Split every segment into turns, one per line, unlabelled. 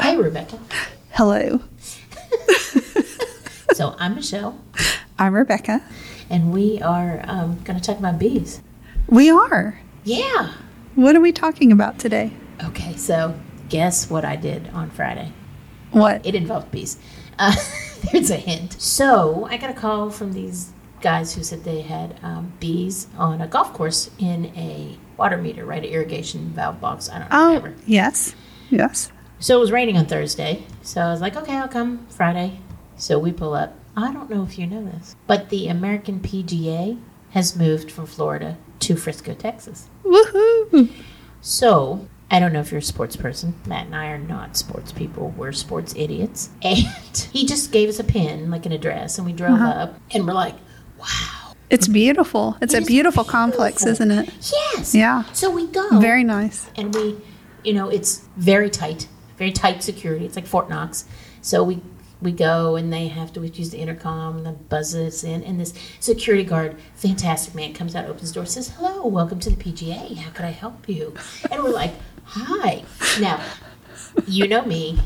Hello, Rebecca.
Hello,
So I'm Michelle,
I'm Rebecca.
and we are um, going to talk about bees.
We are.
Yeah.
What are we talking about today?
Okay, so guess what I did on Friday?
What?
It involved bees. Uh, there's a hint. So I got a call from these guys who said they had um, bees on a golf course in a water meter, right? An irrigation valve box. I don't
Oh,
remember.
yes. Yes.
So it was raining on Thursday. So I was like, okay, I'll come Friday. So we pull up. I don't know if you know this, but the American PGA has moved from Florida to Frisco, Texas.
Woohoo.
So I don't know if you're a sports person. Matt and I are not sports people. We're sports idiots. And he just gave us a pin, like an address, and we
Uh-huh.
drove up and we're like, wow.
It's beautiful. It's
It
a
is
beautiful, Oh. complex,
beautiful.
isn't it?
Yes.
Yeah.
So we go.
Very nice.
and we you know it's very tight very tight security it's like fort knox so we we go and they have to use the intercom and the buzz us in and this security guard fantastic man comes out opens the door says hello welcome to the pga how could i help you and we're like hi now you know me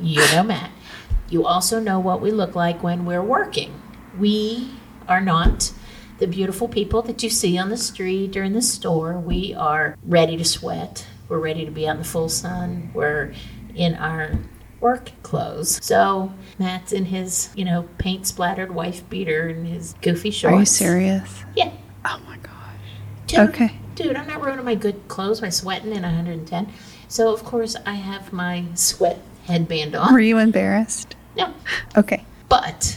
you know matt you also know what we look like when we're working we are not the beautiful people that you see on the street or in the store. We are ready to sweat. We're ready to be out in the full sun. We're in our work clothes. So Matt's in his, you know, paint splattered wife beater and his goofy shorts.
Are you serious?
Yeah.
Oh my gosh.
Dude,
Okay.
Dude, I'm not ruining my good clothes by sweating in 110. So of course I have my sweat headband on.
Were you embarrassed?
No,
Okay.
but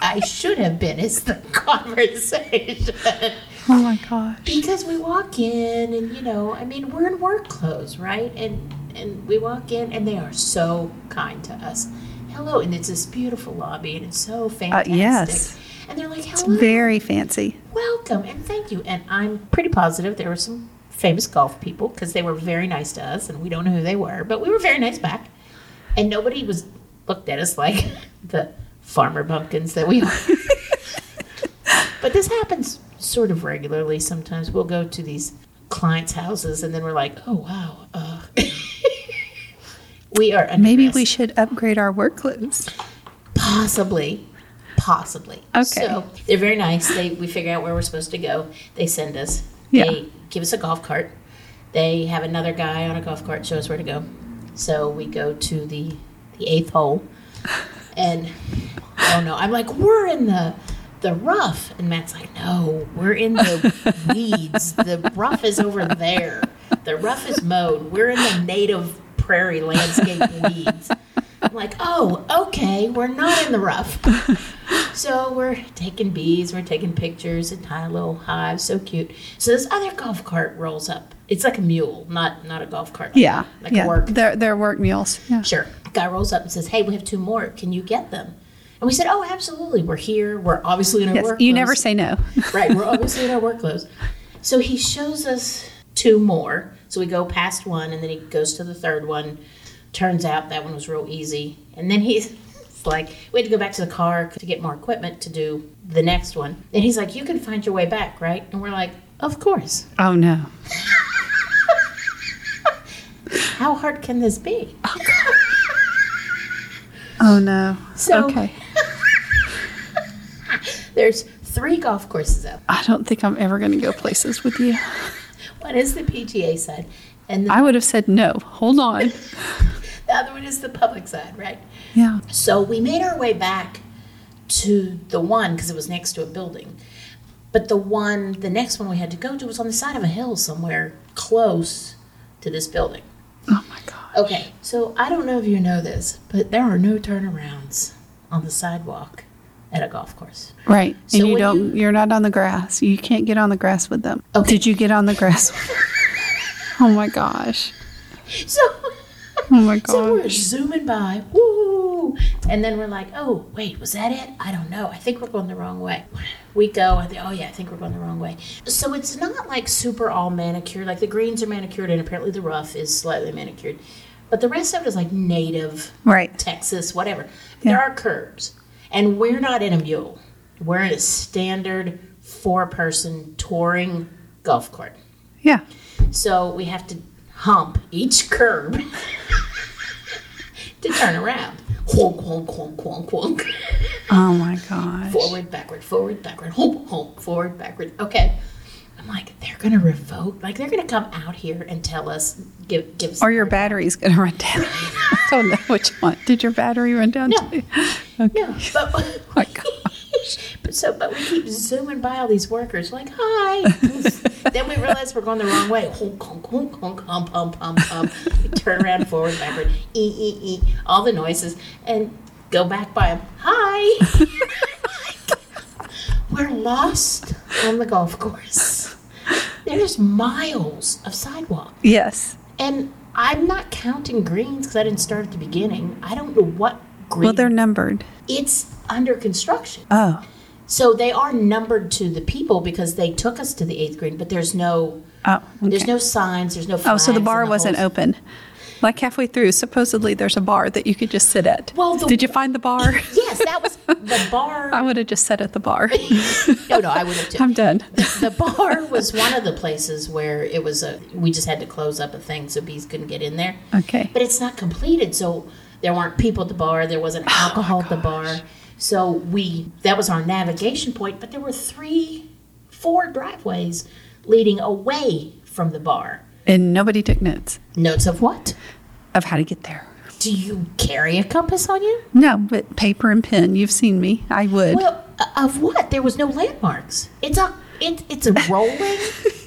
I should have been. Is the conversation.
Oh my gosh.
because we walk in and you know i mean we're in work clothes right and and we walk in and they are so kind to us hello and it's this beautiful lobby and it's so fantastic
Uh, yes.
and they're like
It's
hello
very fancy.
welcome and thank you and i'm pretty positive there were some famous golf people because they were very nice to us and we don't know who they were but we were very nice back and nobody was looked at us like the farmer bumpkins that we are but this happens sort of regularly sometimes we'll go to these clients houses and then we're like oh wow uh, we are
Maybe
underdressed.
we should upgrade our work clothes.
Possibly. Possibly.
Okay.
So they're very nice. They we figure out where we're supposed to go. They send us.
Yeah.
They give us a golf cart. They have another guy on a golf cart show us where to go. So we go to the the eighth hole. And oh no, I'm like, we're in the the rough. And Matt's like, no, we're in the weeds. The rough is over there. The rough is mowed. We're in the native prairie landscape weeds. I'm like, oh, okay, we're not in the rough. So we're taking bees, we're taking pictures and tiny little hives, so cute. So this other golf cart rolls up. It's like a mule, not not a golf cart. like-
Yeah.
Like
yeah.
a work
They're, they're work mules. Yeah.
Sure. Guy rolls up and says, Hey, we have two more. Can you get them? And we said, Oh, absolutely. We're here. We're obviously in our
Yes.
work
You
clothes."
never say no.
Right. We're obviously in our work clothes. So he shows us two more. So we go past one and then he goes to the third one. Turns out that one was real easy. And then he's it's like, We had to go back to the car to get more equipment to do the next one. And he's like, You can find your way back, right? And we're like, Of course.
Oh no.
How hard can this be?
Oh no.
So-
okay.
There's three golf courses up.
I don't think I'm ever going to go places with you.
One is the PGA side. And the
I would have said no. Hold on.
The other one is the public side, right?
Yeah.
So we made our way back to the one because it was next to a building. But the one, the next one we had to go to was on the side of a hill somewhere close to this building.
Oh my god.
Okay, so I don't know if you know this, but there are no turnarounds on the sidewalk at a golf course.
Right.
So
and you
when
don't you, are not on the grass. You can't get on the grass with them.
Okay.
Did you get on the grass? oh my gosh.
So,
Oh my
so we're
gosh.
zooming by, woo! And then we're like, oh, wait, was that it? I don't know. I think we're going the wrong way. We go, I think, oh yeah, I think we're going the wrong way. So it's not like super all manicured. Like the greens are manicured, and apparently the rough is slightly manicured, but the rest of it is like native
Right.
Texas, whatever.
Yeah.
There are curbs. And we're not in a mule. We're in a standard four person touring golf cart.
Yeah.
So we have to hump each curb turn around. Honk, honk, honk, honk, honk.
Oh my gosh.
forward, backward, forward, backward, honk, honk, forward, backward. Okay. I'm like, they're gonna revoke. Like they're gonna come out here and tell us, give, give us.
Or your battery's going to run down. I don't know which one. Did your battery run down
No.
too? Okay.
No, but,
my gosh.
but so, but we keep zooming by all these workers, like, hi. then we realize we're going the wrong way. Honk, honk, honk, honk, hump, hump, hump, hump. We turn around, forward, backward, ee, ee, ee, all the noises, and go back by them. Hi. we're lost on the golf course. There's miles of sidewalk.
Yes.
And I'm not counting greens because I didn't start at the beginning. I don't know what green.
Well, they're numbered.
it's under construction.
Oh.
So they are numbered to the people because they took us to the eighth green, but there's no
Oh.
there's
okay.
no signs, there's no.
Oh, so the
flags
bar
and
wasn't
whole-
open. Like halfway through, supposedly there's a bar that you could just sit at.
Well, the-
did you find the bar?
Yes, that was the
I
bar.
would have just sat at the bar.
no, no, I would have. Too.
I'm done.
The bar was one of the places where it was a. We just had to close up a thing so bees couldn't get in there.
Okay.
But it's not completed, so there weren't people at the bar. There
Oh
wasn't alcohol at the bar. So we that was our navigation point. But there were three, four driveways leading away from the bar.
And nobody took notes
Notes of what?
of how to get there.
Do you carry a compass on you?
No, but paper and pen. You've seen me. I would.
Well, o- of what? There was no landmarks. It's a it, it's a rolling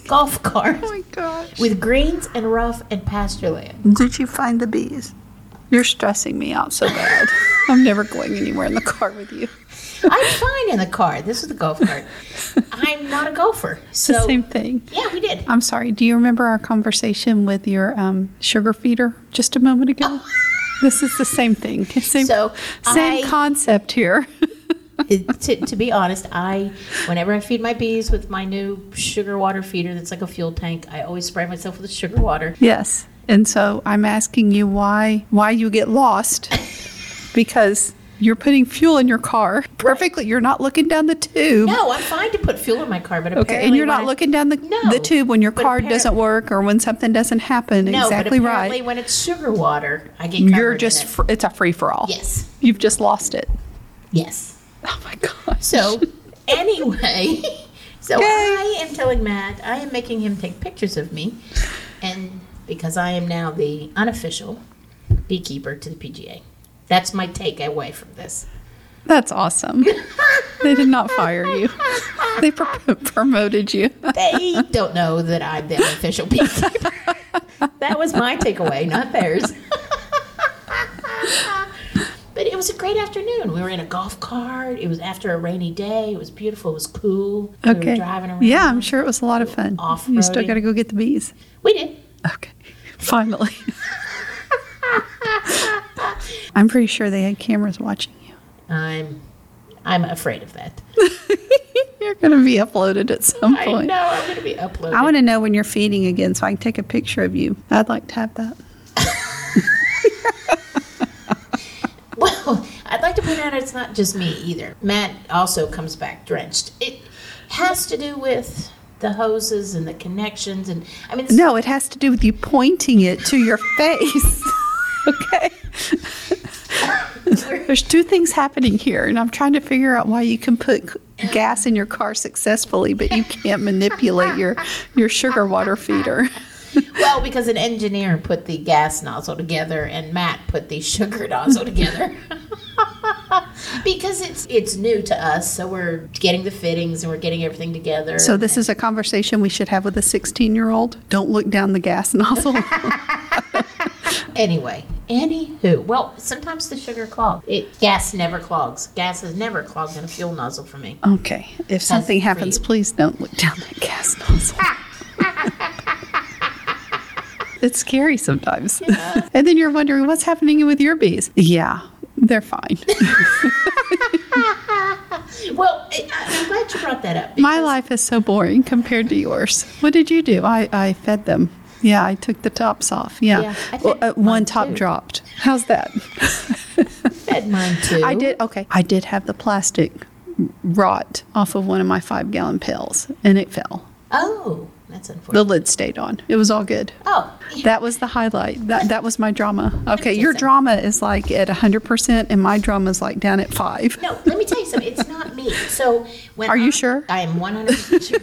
golf cart
Oh my gosh.
with greens and rough and pasture land.
Did you find the bees? You're stressing me out so bad. I'm never going anywhere in the car with you.
I'm fine in the car. This is the golf cart. I'm not a golfer,
It's the
so
same thing.
yeah, we did.
I'm sorry. Do you remember our conversation with your um, sugar feeder just a moment ago? this is the same thing. Same,
So,
same
I-
concept here.
It- to, to be honest, I whenever I feed my bees with my new sugar water feeder that's like a fuel tank, I always spray myself with sugar water.
yes. And so I'm asking you why why you get lost because you're putting fuel in your car perfectly. You're not looking down the tube.
No, I'm fine to put fuel in my car, but apparently
Okay, and you're
when
not
I-
looking down the,
No,
the tube when your
but
card
appar-
doesn't work or when something doesn't happen.
No,
exactly
but apparently
right.
when it's sugar water, I get covered
You're
in
just,
it.
fr- it's a free for all.
yes,
You've just lost it.
yes.
Oh my gosh.
So, anyway, so
Yay.
I am telling Matt, I am making him take pictures of me. And because I am now the unofficial beekeeper to the PGA. That's my takeaway from this.
That's awesome. they did not fire you, they pro- promoted you.
They don't know that I'm the unofficial beekeeper. that was my takeaway, not theirs. but it was a great afternoon. We were in a golf cart. It was after a rainy day. It was beautiful. It was cool. We were
Okay.
driving around.
Yeah, I'm sure it was a lot of fun. You still
Off-roading.
got to go get the bees.
We did.
Okay, finally. I'm pretty sure they had cameras watching you.
I'm I'm afraid of that.
You're going to be uploaded at some point.
I know I'm gonna be uploaded.
Oh, I want to know when you're feeding again so I can take a picture of you. I'd like to have that.
well, I'd like to point out it's not just me either. Matt also comes back drenched. It has to do with the hoses and the connections and I mean
No, it has to do with you pointing it to your face. okay. There's two things happening here, and I'm trying to figure out why you can put c- gas in your car successfully, but you can't manipulate your, your sugar water feeder.
Well, because an engineer put the gas nozzle together and Matt put the sugar nozzle together. because it's it's new to us, so we're getting the fittings and we're getting everything together.
So, this is a conversation we should have with a 16 year old. Don't look down the gas nozzle.
anyway, anywho, well, sometimes the sugar clogs. It gas never clogs. Gas has never clogged in a fuel nozzle for me.
Okay. If something
for
happens,
you.
please don't look down that gas nozzle. it's scary sometimes. and then you're wondering what's happening with your bees. Yeah, they're fine.
Well, I, I'm glad you brought that up.
My
because-
life is so boring compared to yours. What did you do? I, I fed them. Yeah, I took the tops off. Yeah.
Yeah, I
Well,
fed
uh, one
mine
top
too.
dropped. How's that?
fed mine too.
I did. Okay. I did have the plastic rot off of one of my five gallon pails and it fell.
Oh, that's That's
The
unfortunate.
lid stayed on. It was all good.
Oh,
That was the highlight. That that was my drama. Okay, your drama is like at 100% and my drama is like down at 5.
No, let me tell you something. It's not me. So when
Are you
I-
sure?
I am one hundred percent sure.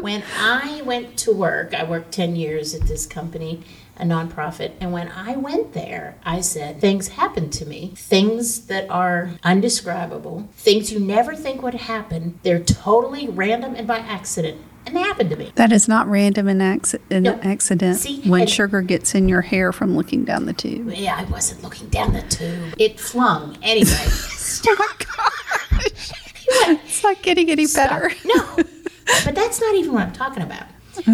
When I went to work, I worked ten years at this company, a nonprofit, and when I went there, I said things happened to me, things that are undescribable, things you never think would happen. They're totally random and by accident, and they happened to me.
That is not random an, acc- an
No.
accident
See,
when
and-
sugar gets in your hair from looking down the tube.
Yeah, I wasn't looking down the tube. It flung anyway.
Oh my gosh. It's not getting any better.
No, but that's not even what I'm talking about.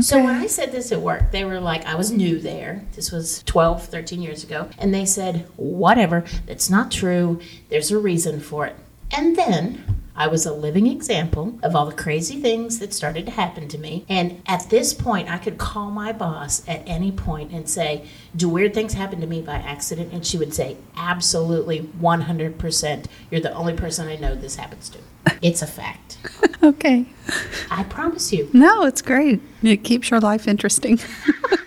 So when I said this at work, they were like, I was new there. This was 12, 13 years ago. And they said, whatever, that's not true. There's a reason for it. And then I was a living example of all the crazy things that started to happen to me. And at this point, I could call my boss at any point and say, Do weird things happen to me by accident? And she would say, Absolutely, 100%. You're the only person I know this happens to. It's a fact.
Okay.
I promise you.
No, it's great. It keeps your life interesting.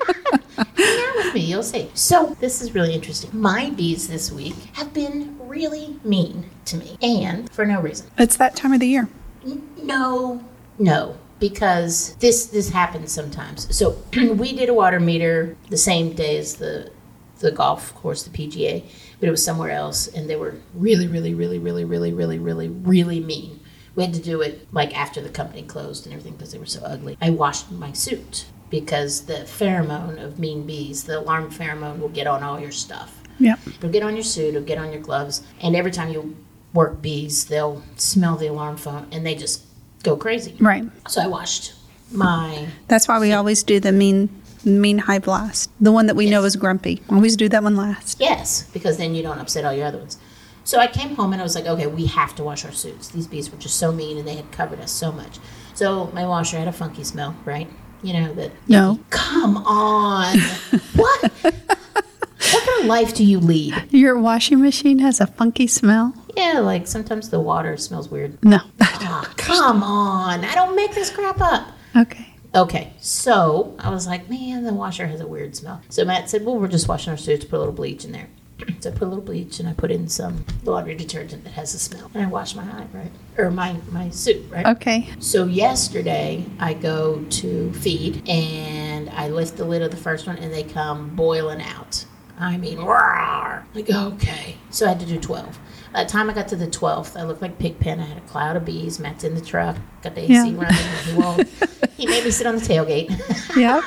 Hang out with me, you'll see. So, this is really interesting. My bees this week have been really mean to me, and for no reason.
It's that time of the year.
N- No, no, because this this happens sometimes. So, we did a water meter the same day as the the golf course, the PGA, but it was somewhere else, and they were really, really, really, really, really, really, really, really mean. We had to do it like after the company closed and everything because they were so ugly. I washed my suit because the pheromone of mean bees, the alarm pheromone, will get on all your stuff.
Yep.
It'll get on your suit, it'll get on your gloves, and every time you work bees, they'll smell the alarm phone and they just go crazy.
Right.
So I washed my
That's why we always do the mean mean high blast. The one that we know is grumpy. Always do that one last.
Yes, because then you don't upset all your other ones. So I came home and I was like, okay, we have to wash our suits. These bees were just so mean and they had covered us so much. So my washer had a funky smell, right? You know that.
No.
Come on. what? What kind of life do you lead?
Your washing machine has a funky smell?
Yeah, like sometimes the water smells weird.
No.
Ah, come on. I don't make this crap up.
okay.
Okay, so I was like, man, the washer has a weird smell. So Matt said, well, we're just washing our suits, put a little bleach in there. So I put a little bleach and I put in some laundry detergent that has a smell. And I wash my eye, right? Or my, my suit, right?
Okay.
So yesterday I go to feed and I lift the lid of the first one and they come boiling out. I mean, roar. Like, okay. So I had to do 12. By the time I got to the 12th, I looked like Pigpen. I had a cloud of bees. Matt's in the truck. Got the AC
Yeah.
running. He, won't- he made me sit on the tailgate.
Yep.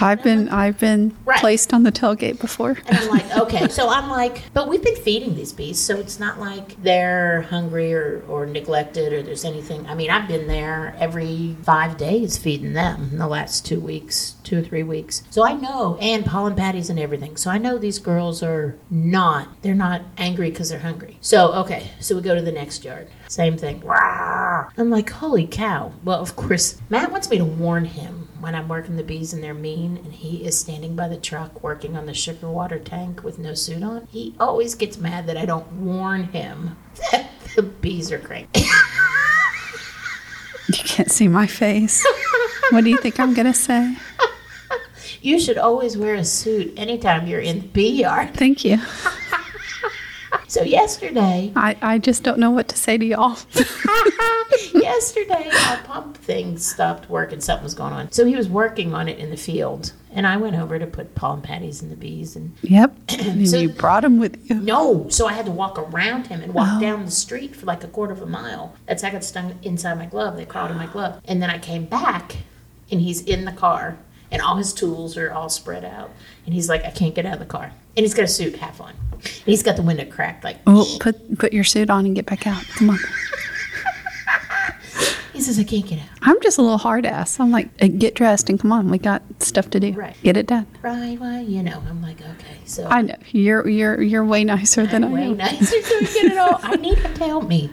I've been I've been
Right.
placed on the tailgate before.
and I'm like, okay. So I'm like, but we've been feeding these bees. So it's not like they're hungry or, or neglected or there's anything. I mean, I've been there every five days feeding them in the last two weeks, two or three weeks. So I know, and pollen patties and everything. So I know these girls are not, they're not angry because they're hungry. So, okay. So we go to the next yard. Same thing. Rawr. I'm like, holy cow. Well, of course, Matt wants me to warn him when I'm working the bees and they're mean, and he is standing by the truck working on the sugar water tank with no suit on, he always gets mad that I don't warn him that the bees are cranky.
You can't see my face. What do you think I'm gonna say?
you should always wear a suit anytime you're in the bee yard.
Thank you.
So yesterday,
I, I just don't know what to say to y'all.
yesterday our pump thing stopped working something was going on so he was working on it in the field and i went over to put pollen patties in the bees and
yep. And
So-
you brought them with you.
No, so I had to walk around him and walk down the street for like a quarter of a mile. That's how I got stung inside my glove. They crawled in my glove. And then I came back and he's in the car and all his tools are all spread out. And he's like, I can't get out of the car. And he's got a suit half on. And he's got the window cracked. Like,
Oh, put put your suit on and get back out. Come on.
he says, I can't get out.
I'm just a little hard ass. I'm like, "Uh, get dressed and come on. We got stuff to do.
Right.
Get it done.
Right, well, you know. I'm like, okay. So
I know you're you're you're way nicer than I
way
am.
nicer so we get it all. I need him to help me.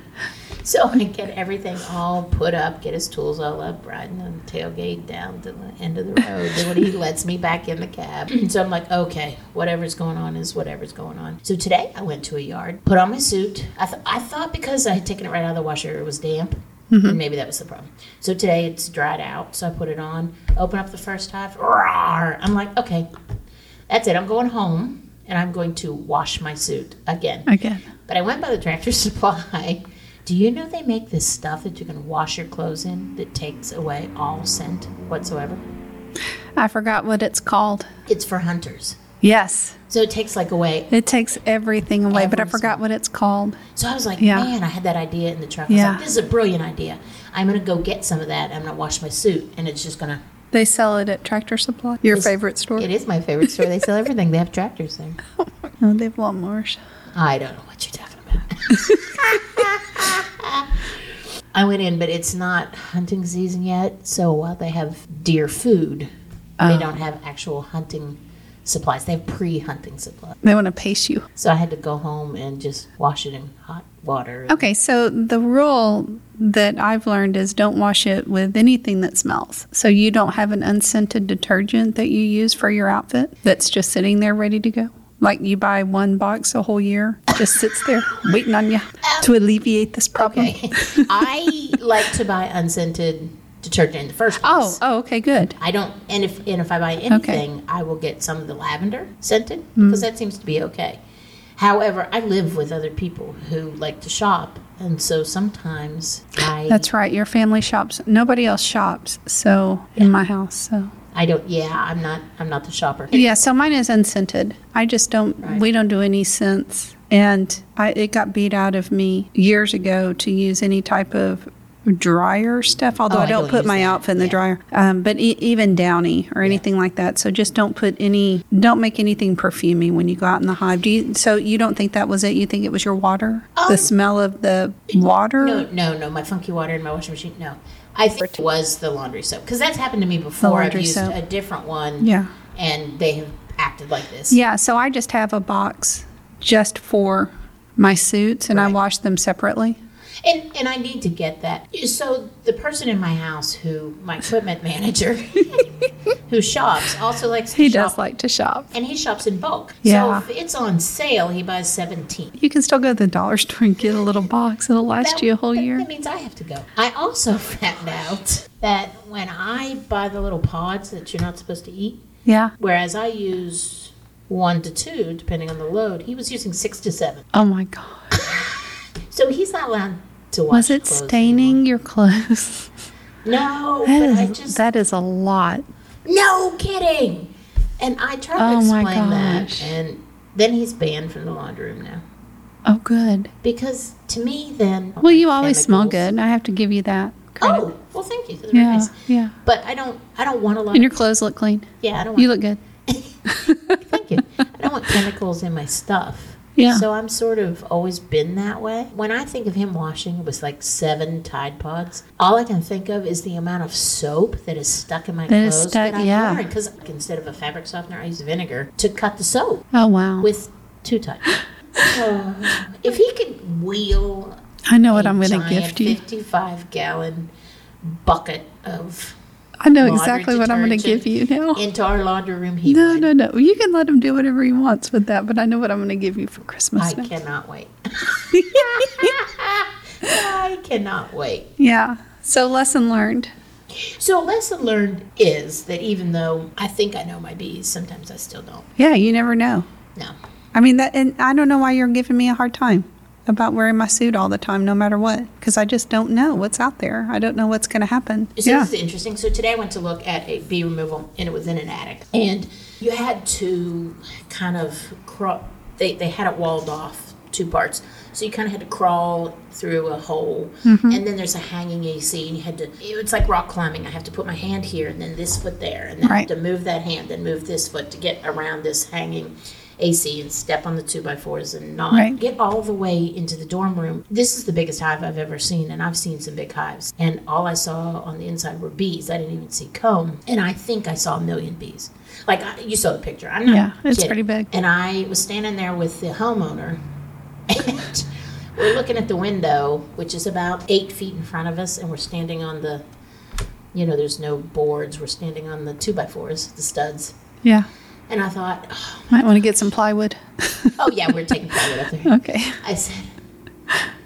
So I get everything all put up, get his tools all up, riding on the tailgate down to the end of the road. then when he lets me back in the cab, so I'm like, okay, whatever's going on is whatever's going on. So today I went to a yard, put on my suit. I, th- I thought because I had taken it right out of the washer, it was damp.
Mm-hmm.
And maybe that was the problem. So today it's dried out, so I put it on, open up the first half, roar. I'm like, okay, that's it. I'm going home and I'm going to wash my suit again.
Again.
But I went by the tractor supply. Do you know they make this stuff that you can wash your clothes in that takes away all scent whatsoever?
I forgot what it's called.
It's for hunters.
Yes.
So it takes like away.
It takes everything away, but I
Everything.
forgot what it's called.
So I was like,
Yeah.
man, I had that idea in the truck. I was
Yeah.
like, this is a brilliant idea. I'm going to go get some of that. I'm going to wash my suit and it's just going to
They sell it at Tractor Supply, your
It's-
favorite store.
It is my favorite store. They sell everything. They have tractors there.
Oh, they have lawnmowers.
I don't know what you're talking about. I went in, but it's not hunting season yet. So while they have deer food, they don't have actual hunting supplies. They have pre-hunting supplies.
They want to pace you.
So I had to go home and just wash it in hot water.
Okay, so the rule that I've learned is don't wash it with anything that smells. So you don't have an unscented detergent that you use for your outfit that's just sitting there ready to go. Like you buy one box a whole year, just sits there waiting on you to alleviate this problem.
Okay. I like to buy unscented detergent in the first place.
Oh, oh, okay, good.
I don't, and if and if I buy anything, I will get some of the lavender scented
Mm.
because that seems to be okay. However, I live with other people who like to shop, and so sometimes I
That's right. Your family shops. Nobody else shops. So in my house, so
I don't. Yeah, I'm not I'm not the shopper.
Yeah, so mine is unscented. I just don't. We don't do any scents, and I, it got beat out of me years ago to use any type of dryer stuff. Although
Oh,
I, don't put
use
my
that.
outfit in the
Yeah.
dryer, um, but e- even Downy or anything like that. So just don't put any. Don't make anything perfumey when you go out in the hive. Do you? So you don't think that was it? You think it was your water?
Um,
the smell of the water.
No, no, no. My funky water and my washing machine. No, I think it was the laundry soap because that's happened to me before. I've
laundry
used
soap.
a different one.
Yeah.
and they have acted like this.
Yeah, so I just have a box just for my suits, and I
Right.
wash them separately.
And, and I need to get that. So the person in my house who my equipment manager who shops also likes to
He
shop
does like to shop.
and he shops in bulk.
Yeah.
So if it's on sale, he buys 17.
You can still go to the dollar store and get a little box. It'll last
That-
you a whole
that-
year.
That means I have to go. I also found out that when I buy the little pods that you're not supposed to eat,
Yeah.
whereas I use one to two, depending on the load, he was using six to seven.
Oh my God.
So he's not allowed to wash
Was it
clothes
staining your clothes?
anymore. No,
That
but I
is,
just
that is a lot.
No kidding. And I tried to
Oh my
explain that,
gosh.
and then he's banned from the laundry room now.
Oh, good.
Because to me, then
Well, you always smell
Chemicals.
good. I have to give you that. credit.
Oh, well, thank you. That's very
yeah.
nice.
Yeah.
But I don't, I don't want a lot.
And your clothes look clean.
yeah, I don't want.
You look good.
thank you. I don't want chemicals in my stuff.
Yeah.
So I'm sort of always been that way. When I think of him washing, it was like seven Tide Pods. All I can think of is the amount of soap that is stuck in my
That is
clothes
stuck,
that I'm
yeah.
wearing. Because instead of a fabric softener, I use vinegar to cut the soap.
Oh, wow.
with two times. if he could wheel
I know what I'm
a
going to
giant
gift you.
55 gallon bucket of
I know
laundry
exactly what I'm going to
detergent
give you now.
into our laundry room, he
No,
would.
no, no. You can let him do whatever he wants with that, but I know what I'm going to give you for
I
Christmas. now.
cannot wait. I cannot wait.
Yeah. So, lesson learned.
So, lesson learned is that even though I think I know my bees, sometimes I still don't.
Yeah, you never know.
No.
I mean that, and I don't know why you're giving me a hard time about wearing my suit all the time, no matter what, because I just don't know what's out there. I don't know what's going to happen.
So
yeah,
this is interesting. So today I went to look at a bee removal, and it was in an attic, and you had to kind of crawl. They they had it walled off two parts, so you kind of had to crawl through a hole,
Mm-hmm.
and then there's a hanging AC, and you had to. It's like rock climbing. I have to put my hand here, and then this foot there, and then I have
Right.
to move that hand, and move this foot to get around this hanging. AC and step on the two by fours and not
Right.
get all the way into the dorm room. This is the biggest hive I've ever seen, and I've seen some big hives. And all I saw on the inside were bees. I didn't even see comb, and I think I saw a million bees. Like I, you saw the picture. I'm not.
Yeah, it's
kidding.
pretty big.
And I was standing there with the homeowner, and we're looking at the window, which is about eight feet in front of us, and we're standing on the. You know, there's no boards. We're standing on the two by fours, the studs.
yeah.
And I thought, oh,
Might want to get some plywood.
yeah, we're taking plywood up there.
okay.
I said,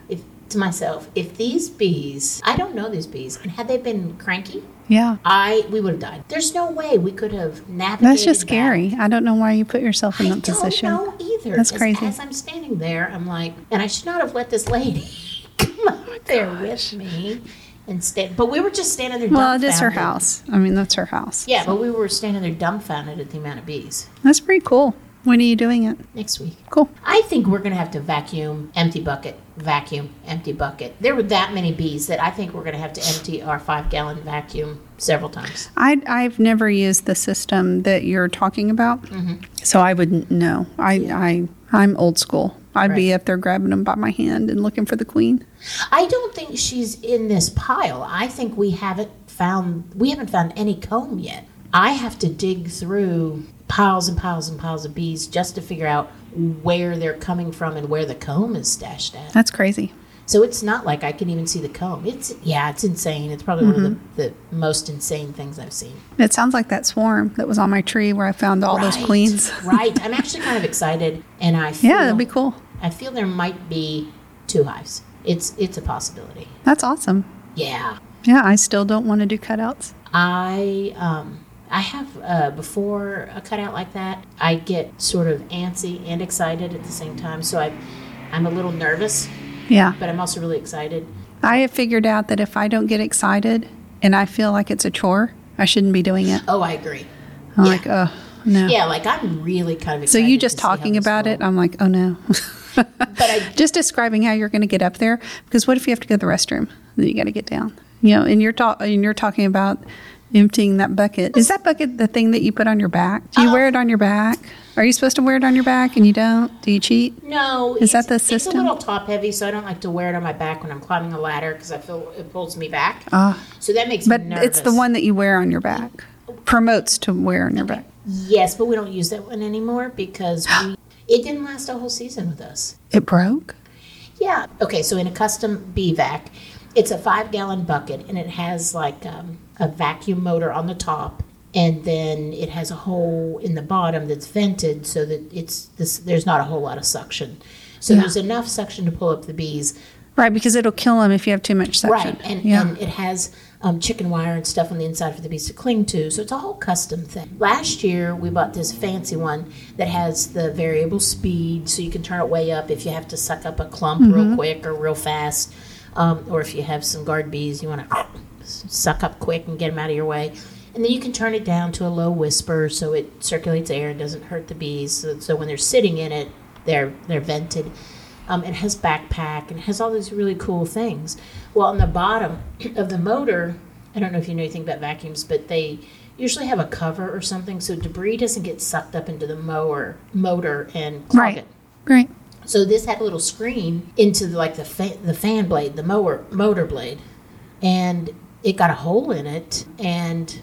if to myself, if these bees, I don't know these bees, and had they been cranky,
Yeah.
I we would have died. There's no way we could have navigated.
That's just
that.
scary. I don't know why you put yourself in
I
that position.
don't know either.
That's
As-
crazy.
As I'm standing there, I'm like, and I should not have let this lady come
Oh
out there with me and stand. But we were just standing there.
Well, it is her
dumbfounded.
house. I mean, that's her house.
Yeah, but we were standing there dumbfounded at the amount of bees.
That's pretty cool. When are you doing it?
Next week.
Cool.
I think we're going to have to vacuum, empty bucket, vacuum, empty bucket. There were that many bees that I think we're going to have to empty our five gallon vacuum several times.
I, I've never used the system that you're talking about,
Mm-hmm.
so I wouldn't know. I, I I'm old school. I'd be up there grabbing them by my hand and looking for the queen.
I don't think she's in this pile. I think we haven't found we haven't found any comb yet. I have to dig through piles and piles and piles of bees just to figure out where they're coming from and where the comb is stashed at.
That's crazy.
So it's not like I can even see the comb. It's yeah, it's insane. It's probably one of the,
Mm-hmm.
the most insane things I've seen.
It sounds like that swarm that was on my tree where I found all those queens.
right. I'm actually kind of excited, and I feel,
Yeah, that'd be cool.
I feel there might be two hives. It's it's a possibility.
That's awesome.
Yeah.
Yeah, I still don't want to do cutouts.
I um I have uh, before a cutout like that, I get sort of antsy and excited at the same time. So I I'm a little nervous,
Yeah.
but I'm also really excited.
I have figured out that if I don't get excited and I feel like it's a chore, I shouldn't be doing it.
Oh, I agree.
I'm
Yeah.
like, oh, no.
Yeah, like I'm really kind of
So
excited.
you just
to see how
talking
this
about
goes.
it, I'm like, oh no.
But I
just describing how you're going to get up there because what if you have to go to the restroom? Then you got to get down. You know, and you're talk and you're talking about emptying that bucket. Is that bucket the thing that you put on your back? Do you wear it on your back? Are you supposed to wear it on your back and you don't? Do you cheat?
no,
Is
it's-
that the
It's a
system?
little top heavy, so I don't like to wear it on my back when I'm climbing a ladder because I feel it pulls me back.
Ah.
so that makes
But
me nervous.
it's the one that you wear on your back. Promotes to wear on your back.
Yes, but we don't use that one anymore because we, it didn't last a whole season with us.
It broke.
Yeah. Okay, so in a custom BVAC, it's a five gallon bucket and it has like um, a vacuum motor on the top. And then it has a hole in the bottom that's vented so that it's this, there's not a whole lot of suction. So there's enough suction to pull up the bees.
Right, because it'll kill them if you have too much suction.
Right. And,
yeah.
and it has um, chicken wire and stuff on the inside for the bees to cling to. So it's a whole custom thing. Last year, we bought this fancy one that has the variable speed, so you can turn it way up if you have to suck up a clump real quick or real fast, um, or if you have some guard bees, you want to suck up quick and get them out of your way. And then you can turn it down to a low whisper so it circulates air and doesn't hurt the bees. So, so when they're sitting in it, they're they're vented. Um, it has backpack and it has all these really cool things. Well, on the bottom of the motor, I don't know if you know anything about vacuums, but they usually have a cover or something so debris doesn't get sucked up into the mower motor and clog
right.
it.
Right.
So this had a little screen into the, like the fa- the fan blade, the mower motor blade, and it got a hole in it, and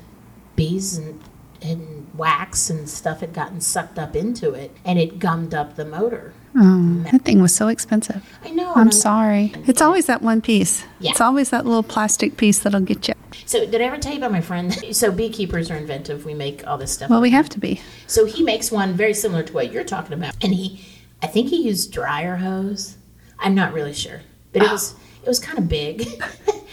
bees and and wax and stuff had gotten sucked up into it, and it gummed up the motor.
Oh, that thing was so expensive.
I know. and
I'm sorry. Um, It's always that one piece.
Yeah.
It's always that little plastic piece that'll get you.
So did I ever tell you about my friend? So beekeepers are inventive. We make all this stuff.
Well, we have to be.
So he makes one very similar to what you're talking about, and he, I think he used dryer hose. I'm not really sure, but it was it was kind of big.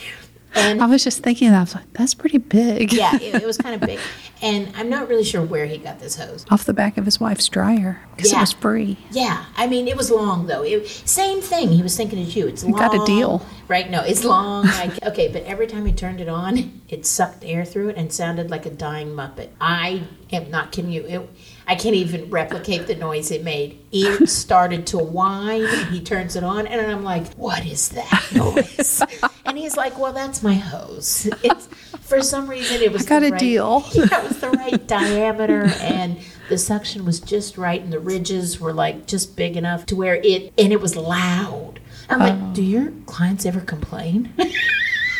and
I was just thinking that. I was like, that's pretty big.
yeah, it, it was kind of big. And I'm not really sure where he got this hose.
Off the back of his wife's dryer because
Yeah.
it was free.
Yeah, I mean, it was long though. It, same thing. He was thinking as you. It's long.
got a deal.
right? No, it's long. Like okay, but every time he turned it on, it sucked air through it and sounded like a dying muppet. I am not kidding you. It, I can't even replicate the noise it made. It started to whine. He turns it on, and I'm like, "What is that noise?" and he's like, "Well, that's my hose." It's for some reason it was
I got
the
a
right-
deal.
Yeah, it was the right diameter, and the suction was just right, and the ridges were like just big enough to where it, and it was loud. I'm like,
Oh.
do your clients ever complain?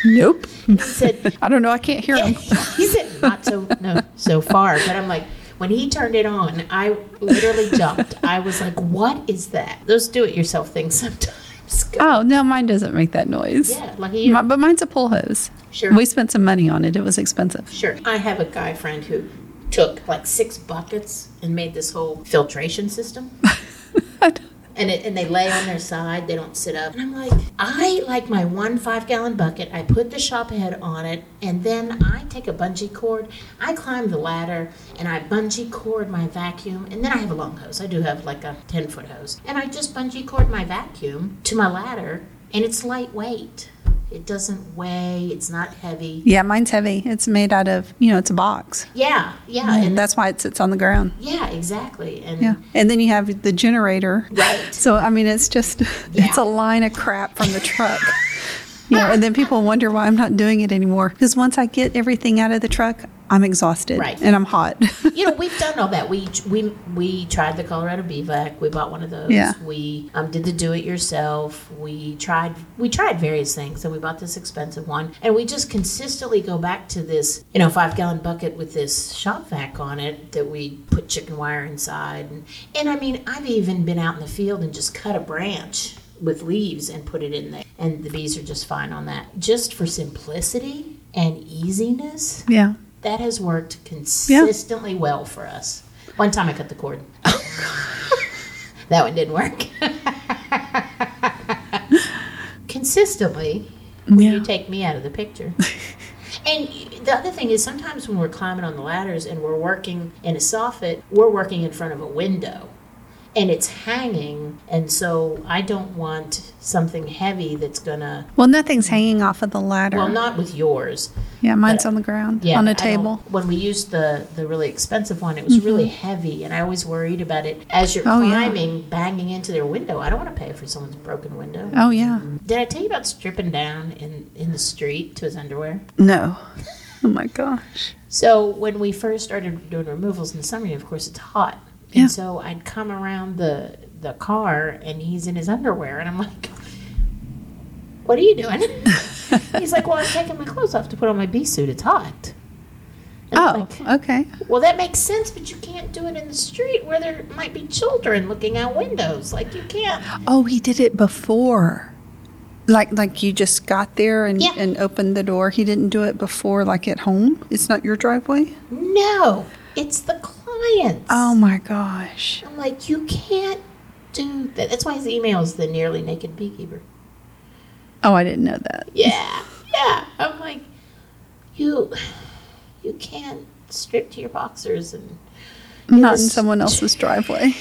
Nope.
He said,
I don't know. I can't hear him.
he said, not so no so far. But I'm like, when he turned it on, I literally jumped. I was like, what is that? Those do-it-yourself things sometimes. go-
Oh, no, mine doesn't make that noise.
Yeah, lucky you.
Mi- but mine's a pull hose.
Sure.
We spent some money on it. It was expensive.
Sure. I have a guy friend who took like six buckets and made this whole filtration system. and it, and they lay on their side. They don't sit up. And I'm like, I like my one five gallon bucket. I put the shop head on it, and then I take a bungee cord. I climb the ladder and I bungee cord my vacuum, and then I have a long hose. I do have like a ten foot hose, and I just bungee cord my vacuum to my ladder, and it's lightweight. It doesn't weigh. It's not heavy.
Yeah, mine's heavy. It's made out of, you know, it's a box.
Yeah, yeah, and
That's why it sits on the ground.
yeah, exactly, and
Mm. Yeah. And then you have the generator.
right.
So, I mean, it's just, it's a line of crap from the truck. You know, and then people wonder why I'm not doing it anymore. Because once I get everything out of the truck, I'm exhausted
Right.
and I'm hot.
you know, we've done all that. We we we tried the Colorado BVAC. We bought one of those.
Yeah.
We um, did the do-it-yourself. We tried we tried various things, and we bought this expensive one. And we just consistently go back to this, you know, five-gallon bucket with this shop vac on it that we put chicken wire inside. And, and I mean, I've even been out in the field and just cut a branch with leaves and put it in there, and the bees are just fine on that. Just for simplicity and easiness
yeah.
that has worked consistently well for us. One time I cut the cord. that one didn't work. consistently,
Yeah.
you take me out of the picture. And the other thing is, sometimes when we're climbing on the ladders and we're working in a soffit, we're working in front of a window and it's hanging. And so I don't want something heavy that's going to,
Well, nothing's hanging off of the ladder.
well, not with yours,
yeah, mine's on the ground, on
I
a
don't-
table. Mm-hmm.
When we used the the really expensive one, it was really heavy, and I always worried about it as you're
Oh, yeah.
climbing, banging into their window. I don't want to pay for someone's broken window.
Oh, yeah.
Did I tell you about stripping down in in the street to his underwear?
No. Oh, my gosh.
So when we first started doing removals in the summer, of course it's hot,
Yeah.
and so I'd come around the the car, and he's in his underwear, and I'm like. What are you doing? He's like, well, I'm taking my clothes off to put on my bee suit. It's hot. And I'm
Oh,
like,
okay.
Well, that makes sense, but you can't do it in the street where there might be children looking out windows. Like you can't.
Oh, he did it before. Like like you just got there and,
Yeah.
and opened the door. He didn't do it before like at home. It's not your driveway.
No, it's the clients.
Oh my gosh.
I'm like, you can't do that. That's why his email is the nearly naked beekeeper.
Oh, I didn't know that.
Yeah, yeah. I'm like, you, you can't strip to your boxers and
Not in
Yes.
someone else's driveway.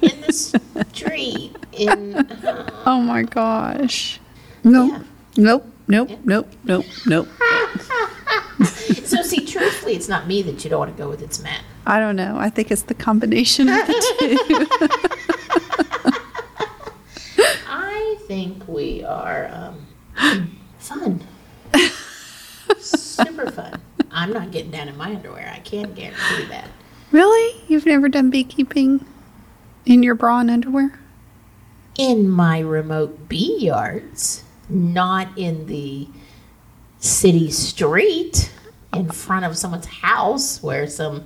in the street. In uh,
Oh my gosh. Nope.
Yeah.
Nope. Nope. Nope. Nope. Nope.
so see, truthfully, it's not me that you don't want to go with. It's Matt.
I don't know. I think it's the combination of the two.
I think we are um, fun. Super fun. I'm not getting down in my underwear. I can guarantee that.
really? You've never done beekeeping in your bra and underwear?
In my remote bee yards, not in the city street, in front of someone's house where some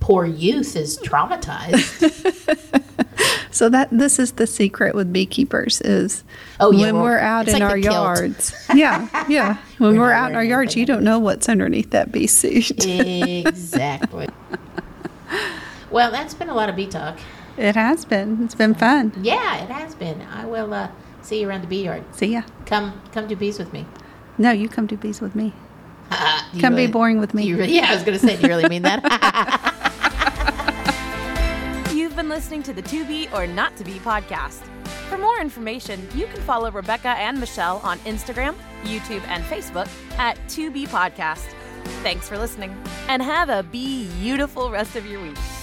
poor youth is traumatized.
So that this is the secret with beekeepers is
Oh, yeah,
when
well,
we're out
it's
in
like
our
the kilt.
yards. Yeah, yeah. When
We're
we're,
not
out in our
wearing
yards, you don't know what's underneath that bee suit.
exactly. Well, that's been a lot of bee talk.
It has been. It's been fun.
Yeah, it has been. I will uh, see you around the bee yard.
See ya.
Come, come do bees with me.
No, you come do bees with me.
Do you
Come
really-
be boring with me.
do you really- yeah, I was going to say, do you really mean that?
You've been listening to the To Be or Not To Be podcast. For more information, you can follow Rebecca and Michelle on Instagram, YouTube, and Facebook at To Be Podcast. Thanks for listening and have a beautiful rest of your week.